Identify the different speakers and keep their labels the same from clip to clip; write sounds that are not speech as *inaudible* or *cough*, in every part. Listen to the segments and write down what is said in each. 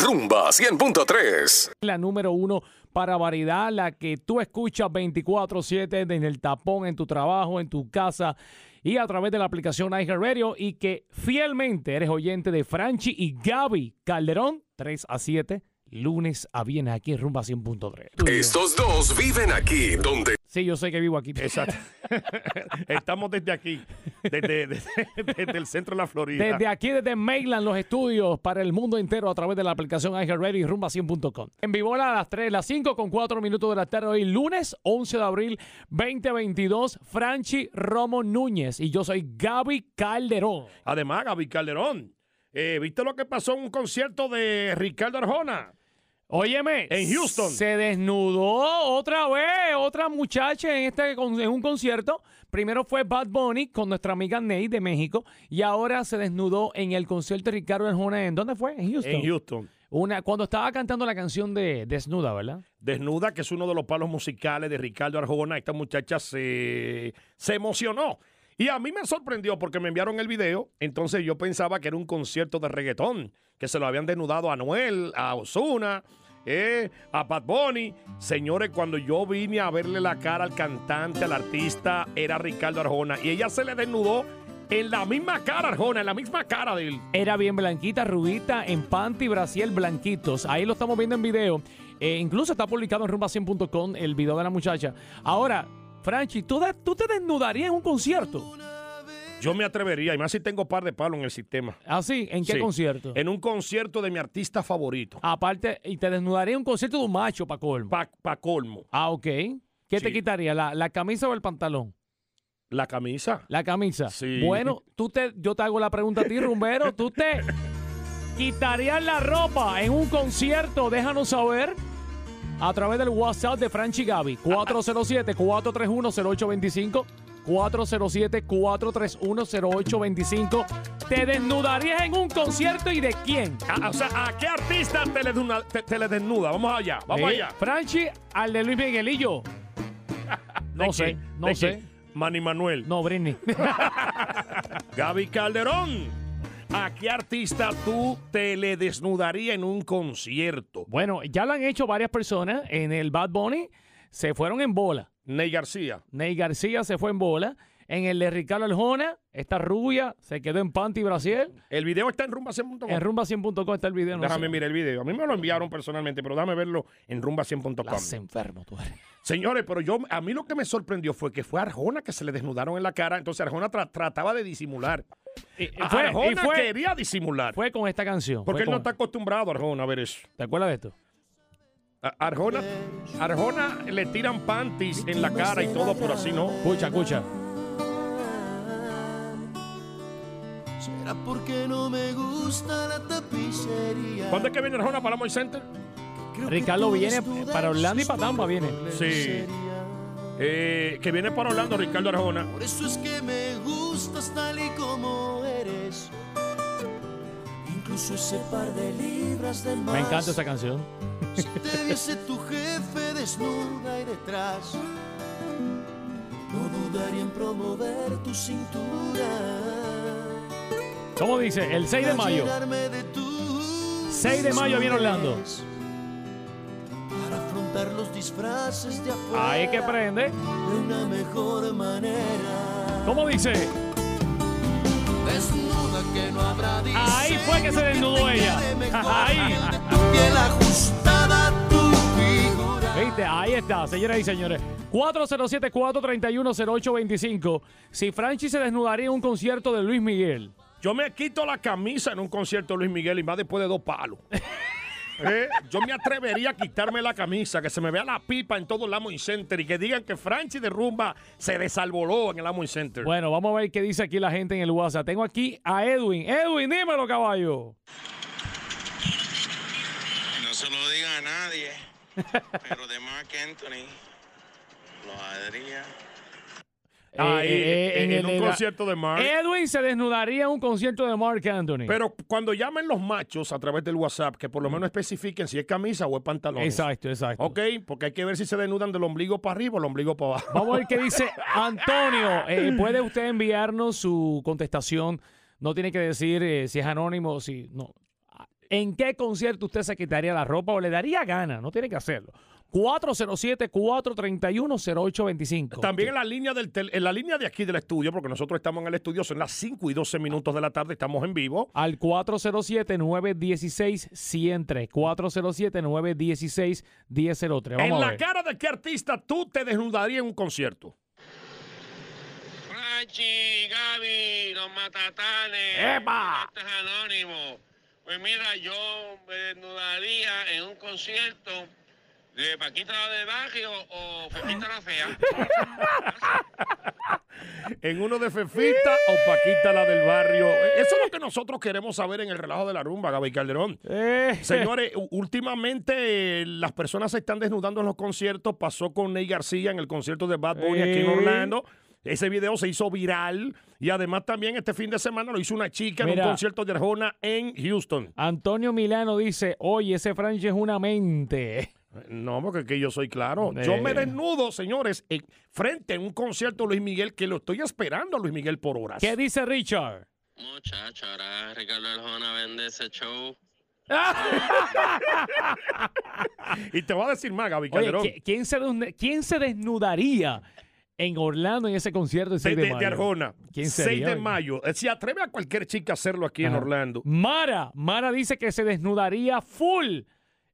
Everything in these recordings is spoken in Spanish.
Speaker 1: Rumba 100.3.
Speaker 2: La número uno para variedad, la que tú escuchas 24-7 en el tapón, en tu trabajo, en tu casa y a través de la aplicación iHeartRadio y que fielmente eres oyente de Franchi y Gaby Calderón 3 a 7 lunes a viernes aquí en Rumba 100.3. Tú y yo.
Speaker 1: Estos dos viven aquí donde *laughs*
Speaker 2: Sí, yo sé que vivo aquí.
Speaker 3: Exacto. *laughs* Estamos desde aquí, desde, *laughs* desde- desde el centro de la Florida.
Speaker 2: Desde aquí, desde Maitland, los estudios para el mundo entero a través de la aplicación iHeartRadio y rumba100.com. En Vibola a las 3, las 5 con 4 minutos de la tarde hoy, lunes 11 de abril 2022. Franchi Romo Núñez y yo soy Gaby Calderón.
Speaker 3: Además, Gaby Calderón, eh, ¿viste lo que pasó en un concierto de Ricardo Arjona?
Speaker 2: Óyeme.
Speaker 3: En Houston.
Speaker 2: Se desnudó otra vez, otra muchacha en, este, con- en un concierto. Primero fue Bad Bunny con nuestra amiga Ney de México y ahora se desnudó en el concierto de Ricardo Arjona. ¿En dónde fue? En Houston.
Speaker 3: En Houston.
Speaker 2: Una, cuando estaba cantando la canción de Desnuda, ¿verdad?
Speaker 3: Desnuda, que es uno de los palos musicales de Ricardo Arjona. Esta muchacha se, se emocionó. Y a mí me sorprendió porque me enviaron el video. Entonces yo pensaba que era un concierto de reggaetón, que se lo habían desnudado a Noel, a Osuna, a Bad Bunny. Señores, cuando yo vine a verle la cara al cantante, al artista, era Ricardo Arjona. Y ella se le desnudó en la misma cara, Arjona, en la misma cara de él.
Speaker 2: Era bien blanquita, rubita, en panty, brasiel, blanquitos. Ahí lo estamos viendo en video. Eh, incluso está publicado en rumba100.com el video de la muchacha. Ahora, Franchi, ¿tú, de- tú te desnudarías en un concierto?
Speaker 3: Yo me atrevería, y más si tengo par de palos en el sistema.
Speaker 2: ¿Así? ¿Ah, ¿En qué
Speaker 3: Sí.
Speaker 2: concierto?
Speaker 3: En un concierto de mi artista favorito.
Speaker 2: Aparte, y te desnudaría en un concierto de un macho, pa' colmo.
Speaker 3: Pa, pa' colmo,
Speaker 2: ah, ok. ¿Qué te
Speaker 3: Sí.
Speaker 2: quitaría? ¿La, la camisa o el pantalón?
Speaker 3: la camisa.
Speaker 2: La camisa.
Speaker 3: Sí.
Speaker 2: Bueno, tú te, yo te hago la pregunta a ti, rumbero. ¿Tú te quitarías la ropa en un concierto? Déjanos saber a través del WhatsApp de Franchi Gaby. 407-431-0825. 407-431-0825. ¿Te desnudarías en un concierto y de quién?
Speaker 3: Ah, o sea, ¿a qué artista te le, desnuda, te- te le desnuda? Vamos allá, vamos
Speaker 2: Eh,
Speaker 3: allá.
Speaker 2: Franchi, al de Luis Miguelillo.
Speaker 3: ¿De
Speaker 2: No sé,
Speaker 3: qué?
Speaker 2: no
Speaker 3: ¿De
Speaker 2: sé.
Speaker 3: qué? Manny Manuel.
Speaker 2: No, Britney. *laughs*
Speaker 3: Gaby Calderón. ¿A qué artista tú te le desnudaría en un concierto?
Speaker 2: bueno, ya lo han hecho varias personas en el Bad Bunny. Se fueron en bola.
Speaker 3: Ney García.
Speaker 2: Ney García se fue en bola. En el de Ricardo Aljona, esta rubia se quedó en Panty Brasil.
Speaker 3: El video está en rumba100.com.
Speaker 2: En rumba100.com está el video. No
Speaker 3: Déjame
Speaker 2: sé.
Speaker 3: mirar el video. A mí me lo enviaron personalmente, pero déjame verlo en rumba100.com.
Speaker 2: Las enfermo tú eres.
Speaker 3: Señores, pero yo a mí lo que me sorprendió fue que fue Arjona que se le desnudaron en la cara. Entonces Arjona tra- trataba de disimular.
Speaker 2: Y, Ah, y
Speaker 3: A-
Speaker 2: fue,
Speaker 3: Arjona
Speaker 2: y fue-
Speaker 3: quería disimular.
Speaker 2: fue con esta canción. fue
Speaker 3: porque él no
Speaker 2: con-
Speaker 3: está acostumbrado, Arjona, a ver eso.
Speaker 2: ¿Te acuerdas de esto?
Speaker 3: A- Arjona, Arjona le tiran panties en la cara y todo, pero así no.
Speaker 2: Escucha, escucha.
Speaker 4: Será porque no me gusta la tapicería.
Speaker 3: ¿Cuándo es que viene Arjona para Moy Center?
Speaker 4: Creo que
Speaker 2: Ricardo
Speaker 4: tú
Speaker 2: viene
Speaker 4: estudias
Speaker 2: para Orlando y para Tampa, viene.
Speaker 3: Sí. Eh, que viene para Orlando Ricardo Arjona.
Speaker 4: Por eso es que me gustas tal y como eres. Incluso ese par de libras de más.
Speaker 2: Me encanta esa canción.
Speaker 4: Si te viese tu jefe desnuda y detrás, no dudaría en promover tu cintura.
Speaker 2: ¿Cómo dice? El 6 de mayo.
Speaker 4: Llenarme de tus
Speaker 2: 6 de mayo viene Orlando.
Speaker 4: pies Para afrontar los disfraces de afuera.
Speaker 2: Ahí que prende.
Speaker 4: De una mejor manera.
Speaker 2: ¿Cómo dice?
Speaker 4: Desnuda que no habrá
Speaker 2: Ahí fue que se
Speaker 4: diseño
Speaker 2: desnudó
Speaker 4: te
Speaker 2: ella.
Speaker 4: quede mejor
Speaker 2: *laughs* Ahí.
Speaker 4: que el de Tu piel ajustada a tu figura.
Speaker 2: ¿Viste? Ahí está, señoras y señores. 407-431-0825. Si Franchi se desnudaría en un concierto de Luis Miguel.
Speaker 3: Yo me quito la camisa en un concierto de Luis Miguel y más después de dos
Speaker 2: *laughs*
Speaker 3: palos. Eh, yo me atrevería a quitarme la camisa, que se me vea la pipa en todo el Amo Center y que digan que Franchi de Rumba se desalvoló en el Amo Center.
Speaker 2: Bueno, vamos a ver qué dice aquí la gente en el WhatsApp. Tengo aquí a Edwin. Edwin, dímelo, caballo.
Speaker 5: No se lo diga a nadie, pero de Mark Anthony lo haría.
Speaker 3: Ahí,
Speaker 2: Eh, eh,
Speaker 3: en,
Speaker 2: en el-
Speaker 3: un concierto de Mark.
Speaker 2: Edwin se desnudaría en un concierto de Mark Anthony.
Speaker 3: Pero cuando llamen los machos a través del WhatsApp, que por lo menos especifiquen si es camisa o es pantalón.
Speaker 2: exacto, exacto.
Speaker 3: Ok, porque hay que ver si se desnudan del ombligo para arriba o el ombligo para abajo.
Speaker 2: Vamos a ver qué dice Antonio. Eh, ¿Puede usted enviarnos su contestación? No tiene que decir eh, si es anónimo, si no. ¿En qué concierto usted se quitaría la ropa o le daría gana? No tiene que hacerlo. 407-431-0825.
Speaker 3: También en la, línea del tel- en la línea de aquí del estudio, porque nosotros estamos en el estudio, son las 5 y 12 minutos de la tarde, estamos en vivo.
Speaker 2: al 407-916-103. 407-916-1003.
Speaker 3: en
Speaker 2: Vamos a
Speaker 3: la
Speaker 2: ver.
Speaker 3: cara de qué artista tú te desnudarías en un concierto.
Speaker 5: Franchi, Gaby, los matatanes.
Speaker 3: ¡Epa!
Speaker 5: Este es anónimo. Pues mira, yo me desnudaría en un concierto de Paquita de Barrio o Paquita la Fea.
Speaker 3: En uno de Fefita o Paquita, la del barrio. Eso es lo que nosotros queremos saber en el relajo de la rumba, Gaby Calderón.
Speaker 2: Eh, *laughs*
Speaker 3: Señores, u- últimamente eh, las personas se están desnudando en los conciertos. Pasó con Ney García en el concierto de Bad Bunny aquí en
Speaker 2: Sí.
Speaker 3: Orlando. Ese video se hizo viral y además también este fin de semana lo hizo una chica en
Speaker 2: Mira.
Speaker 3: un concierto de Arjona en Houston.
Speaker 2: Antonio Milano dice, oye, ese Franchi es una
Speaker 3: *laughs*
Speaker 2: mente.
Speaker 3: No, porque aquí yo soy claro. Yo
Speaker 2: Eh.
Speaker 3: me desnudo, señores, en- frente a un concierto de Luis Miguel que lo estoy esperando a Luis Miguel por horas.
Speaker 2: ¿Qué dice Richard?
Speaker 5: Muchacho, ahora Ricardo Arjona vende ese show.
Speaker 3: Y te voy a decir más, Gaby
Speaker 2: Oye,
Speaker 3: Calderón.
Speaker 2: ¿qui- ¿quién se, desnu- ¿quién se desnudaría en Orlando en ese concierto el
Speaker 3: de,
Speaker 2: 6 de,
Speaker 3: de- de
Speaker 2: mayo?
Speaker 3: Arjona.
Speaker 2: ¿Quién
Speaker 3: 6
Speaker 2: sería,
Speaker 3: de
Speaker 2: oye?
Speaker 3: mayo. Eh, Se atreve a cualquier chica a hacerlo aquí en
Speaker 2: Ajá.
Speaker 3: Orlando.
Speaker 2: Mara, Mara dice que se desnudaría full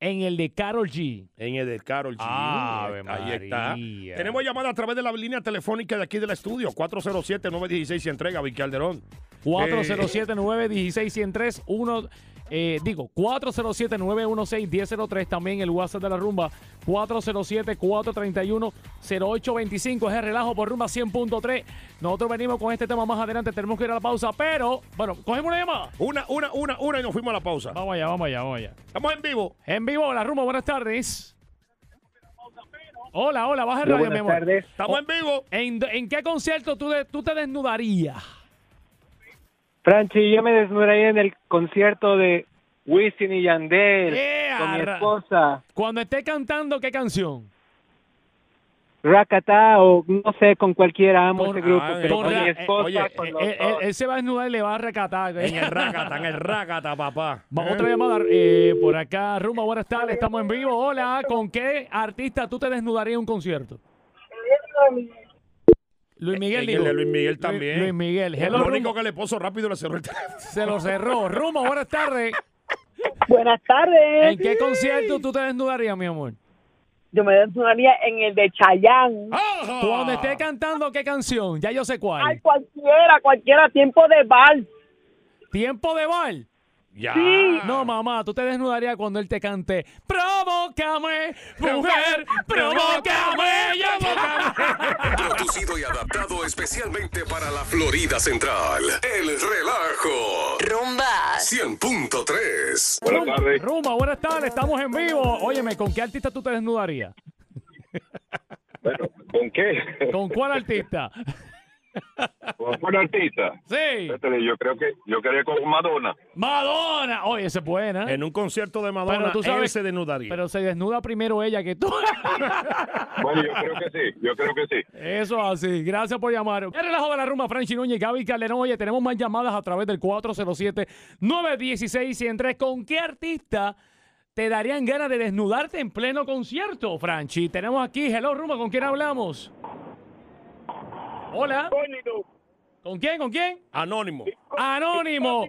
Speaker 2: en el de Carol G.
Speaker 3: En el de Carol G.
Speaker 2: Ave
Speaker 3: Ahí está.
Speaker 2: María.
Speaker 3: Tenemos llamada a través de la línea telefónica de aquí del estudio. 407-916 y entrega, Gaby Calderón.
Speaker 2: 407-916-103, uno, eh, digo, 407-916-1003, también el WhatsApp de la rumba, 407-431-0825, es el relajo por rumba 100.3. Nosotros venimos con este tema más adelante, tenemos que ir a la pausa, pero, bueno, cogemos una llamada.
Speaker 3: Una, una, una, una y nos fuimos a la pausa.
Speaker 2: Vamos allá, vamos allá, vamos allá.
Speaker 3: Estamos en vivo.
Speaker 2: En vivo, la rumba, buenas tardes. Hola, hola, baja el radio, mi amor. Oh.
Speaker 3: Estamos en
Speaker 2: *laughs*
Speaker 3: vivo.
Speaker 2: ¿En, en qué concierto tú, de- tú te desnudarías?
Speaker 6: Franchi, yo me desnudaría en el concierto de Wisin y Yandel
Speaker 2: ¡Ea,
Speaker 6: con mi
Speaker 2: ra-
Speaker 6: esposa,
Speaker 2: Cuando esté cantando, ¿qué canción?
Speaker 6: Rakata o no sé, con cualquiera, amo
Speaker 2: Con-
Speaker 6: ese grupo,
Speaker 3: ah,
Speaker 6: pero
Speaker 2: con
Speaker 6: con
Speaker 2: Ra-
Speaker 6: mi
Speaker 2: eh,
Speaker 6: esposa,
Speaker 3: oye,
Speaker 6: con
Speaker 2: Eh,
Speaker 6: los
Speaker 2: eh,
Speaker 6: dos.
Speaker 2: él se va a desnudar y le va a
Speaker 6: *laughs*
Speaker 2: recatar.
Speaker 3: En el rácata, en el rácata, papá.
Speaker 2: Vamos
Speaker 3: ¿Eh?
Speaker 2: otra llamada. eh, por acá, Rumba, buenas tardes. Estamos en vivo. Hola, ¿con qué artista tú te desnudarías en un concierto? Luis Miguel.
Speaker 3: En el
Speaker 2: digo.
Speaker 3: de Luis Miguel también.
Speaker 2: Luis Miguel. Hello,
Speaker 3: Eh, Lo único
Speaker 2: Rumba.
Speaker 3: que le puso rápido le cerró el teléfono.
Speaker 2: *laughs* Se lo cerró. Rumba, buenas tardes.
Speaker 7: Buenas tardes.
Speaker 2: ¿En qué concierto tú te desnudarías, mi amor?
Speaker 7: Yo me desnudaría en el de Chayán.
Speaker 3: ¡Ajá!
Speaker 2: Cuando
Speaker 3: Ah.
Speaker 2: esté cantando, ¿qué canción? Ya yo sé
Speaker 7: Ay,
Speaker 2: cuál.
Speaker 7: cualquiera, cualquiera, tiempo de vals.
Speaker 2: Tiempo de bal.
Speaker 3: Ya.
Speaker 2: No, mamá, tú te desnudarías cuando él te cante Provócame, mujer, provócame, llámame.
Speaker 1: Producido y adaptado especialmente para la Florida Central. El relajo.
Speaker 8: Rumba.
Speaker 1: 100.3.
Speaker 2: Rumba, buenas tardes, estamos en vivo. Óyeme, ¿con qué artista tú te desnudarías?
Speaker 9: Bueno, ¿con qué?
Speaker 2: ¿Con cuál artista?
Speaker 9: ¿Con cuál artista?
Speaker 2: Sí,
Speaker 9: Espérate, Yo creo que yo quería con Madonna.
Speaker 2: Madonna. Oye, esa es buena.
Speaker 3: En un concierto de Madonna,
Speaker 2: Pero tú
Speaker 3: él
Speaker 2: sabes-
Speaker 3: se desnudaría.
Speaker 2: Pero se desnuda primero ella
Speaker 9: *laughs*
Speaker 2: que tú.
Speaker 9: Bueno, yo creo que sí, yo creo que sí.
Speaker 2: Eso así. Gracias por llamar. El relajo de la rumba, Franchi Núñez, Gaby Calderón. Oye, tenemos más llamadas a través del 407-916-103. ¿Con qué artista te darían ganas de desnudarte en pleno concierto, Franchi? Tenemos aquí, hello rumba, ¿con quién hablamos? Hola. ¿Con quién? ¿Con quién?
Speaker 3: Anónimo.
Speaker 2: Anónimo.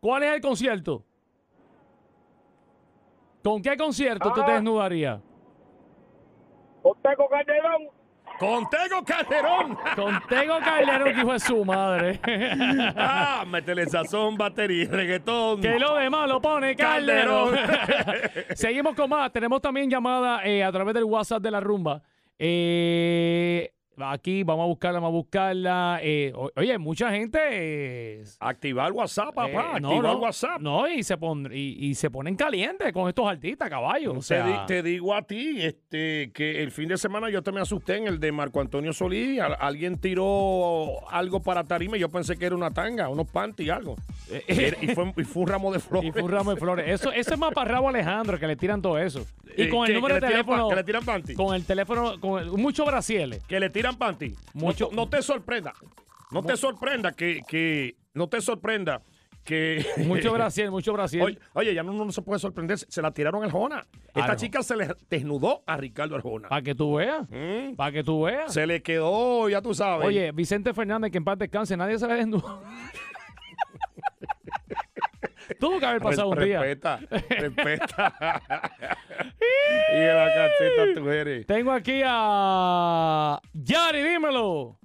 Speaker 2: ¿Cuál es el concierto? ¿Con qué concierto tú te desnudarías?
Speaker 3: Con Tego
Speaker 2: *laughs*
Speaker 3: Calderón.
Speaker 2: Con Tego Calderón, que hijo de su madre. *laughs*
Speaker 3: ah, métele sazón, batería, reggaetón.
Speaker 2: Que lo demás lo pone Calderón. *laughs*
Speaker 3: *laughs*
Speaker 2: Seguimos con más. Tenemos también llamada eh, a través del WhatsApp de la rumba. Eh, aquí vamos a buscarla, vamos a buscarla. Eh, o- oye, mucha gente. eh,
Speaker 3: Activar WhatsApp, papá.
Speaker 2: eh,
Speaker 3: Activar
Speaker 2: no, no,
Speaker 3: WhatsApp.
Speaker 2: No, y se, pon- y, y se ponen calientes con estos artistas, caballo. O
Speaker 3: Te, di-
Speaker 2: sea,
Speaker 3: te digo a ti este, que el fin de semana yo te me asusté en el de Marco Antonio Solís. Al- alguien tiró algo para tarima y yo pensé que era una tanga, unos panty, algo. Era- y, fue, y fue un ramo de flores.
Speaker 2: Eh,
Speaker 3: *laughs*
Speaker 2: y fue un ramo de flores. Eso, eso es maparrabo Alejandro, que le tiran todo eso. Y
Speaker 3: Eh,
Speaker 2: con
Speaker 3: que-
Speaker 2: el número de
Speaker 3: que le tiran pa-
Speaker 2: teléfono.
Speaker 3: que le tiran panty.
Speaker 2: Con el teléfono, con el- mucho eh. brasieles.
Speaker 3: Que le tiran panty.
Speaker 2: Mucho-
Speaker 3: No, no te sorprenda. No te sorprenda que, que- No te sorprenda que... *laughs*
Speaker 2: Mucho Brasil, mucho Brasil.
Speaker 3: Oye, oye, ya no, no se puede sorprender, se la tiraron a Arjona. Esta
Speaker 2: Arjona.
Speaker 3: chica se le desnudó a Ricardo Arjona.
Speaker 2: Para que tú veas.
Speaker 3: Mm.
Speaker 2: Para que tú veas.
Speaker 3: Se le quedó, ya tú sabes.
Speaker 2: Oye, Vicente Fernández, que en paz descanse, nadie se le desnudó. *laughs* Tuvo que haber pasado
Speaker 3: Res-
Speaker 2: un día.
Speaker 3: Respeta, respeta. *laughs* y en la caseta tú eres.
Speaker 2: Tengo aquí a Yari, dímelo.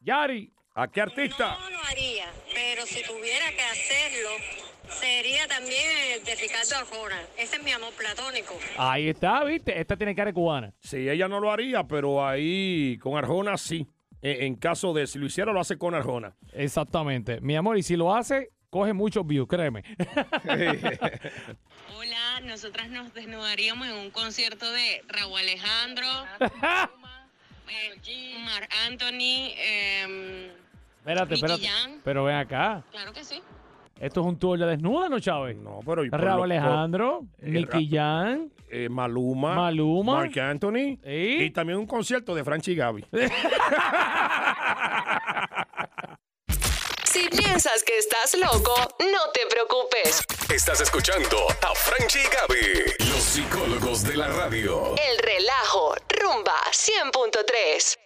Speaker 2: Yari.
Speaker 3: ¿A qué artista?
Speaker 8: No lo haría, pero si tuviera que hacerlo, sería también el de Ricardo Arjona. Ese es mi amor platónico.
Speaker 2: Ahí está, viste. Esta tiene cara de cubana.
Speaker 3: Sí, ella no lo haría, pero ahí con Arjona sí. En, en caso de si lo hiciera, lo hace con Arjona.
Speaker 2: *laughs* Exactamente. Mi amor, y si lo hace, coge muchos views, créeme. *laughs*
Speaker 8: Hola, nosotras nos desnudaríamos en un concierto de
Speaker 5: *laughs*
Speaker 8: Raúl Alejandro, Marc Anthony, eh,
Speaker 2: espérate,
Speaker 8: Nicky
Speaker 2: espérate.
Speaker 8: Jam.
Speaker 2: Pero ven acá.
Speaker 8: Em, claro que sí.
Speaker 2: Esto es un tour de desnuda, ¿no, Chávez?
Speaker 3: No, pero. y por
Speaker 2: Raúl
Speaker 3: lo-
Speaker 2: Alejandro,
Speaker 3: eh,
Speaker 2: Nicky Jam.
Speaker 3: por- eh, Maluma.
Speaker 2: Maluma.
Speaker 3: Mark Anthony.
Speaker 2: Sí.
Speaker 3: Y también un concierto de Franchi Gaby. *laughs*
Speaker 10: Si piensas que estás loco, no te preocupes.
Speaker 1: Estás escuchando a Franchi y Gaby, los psicólogos de la radio.
Speaker 10: El relajo, rumba 100.3.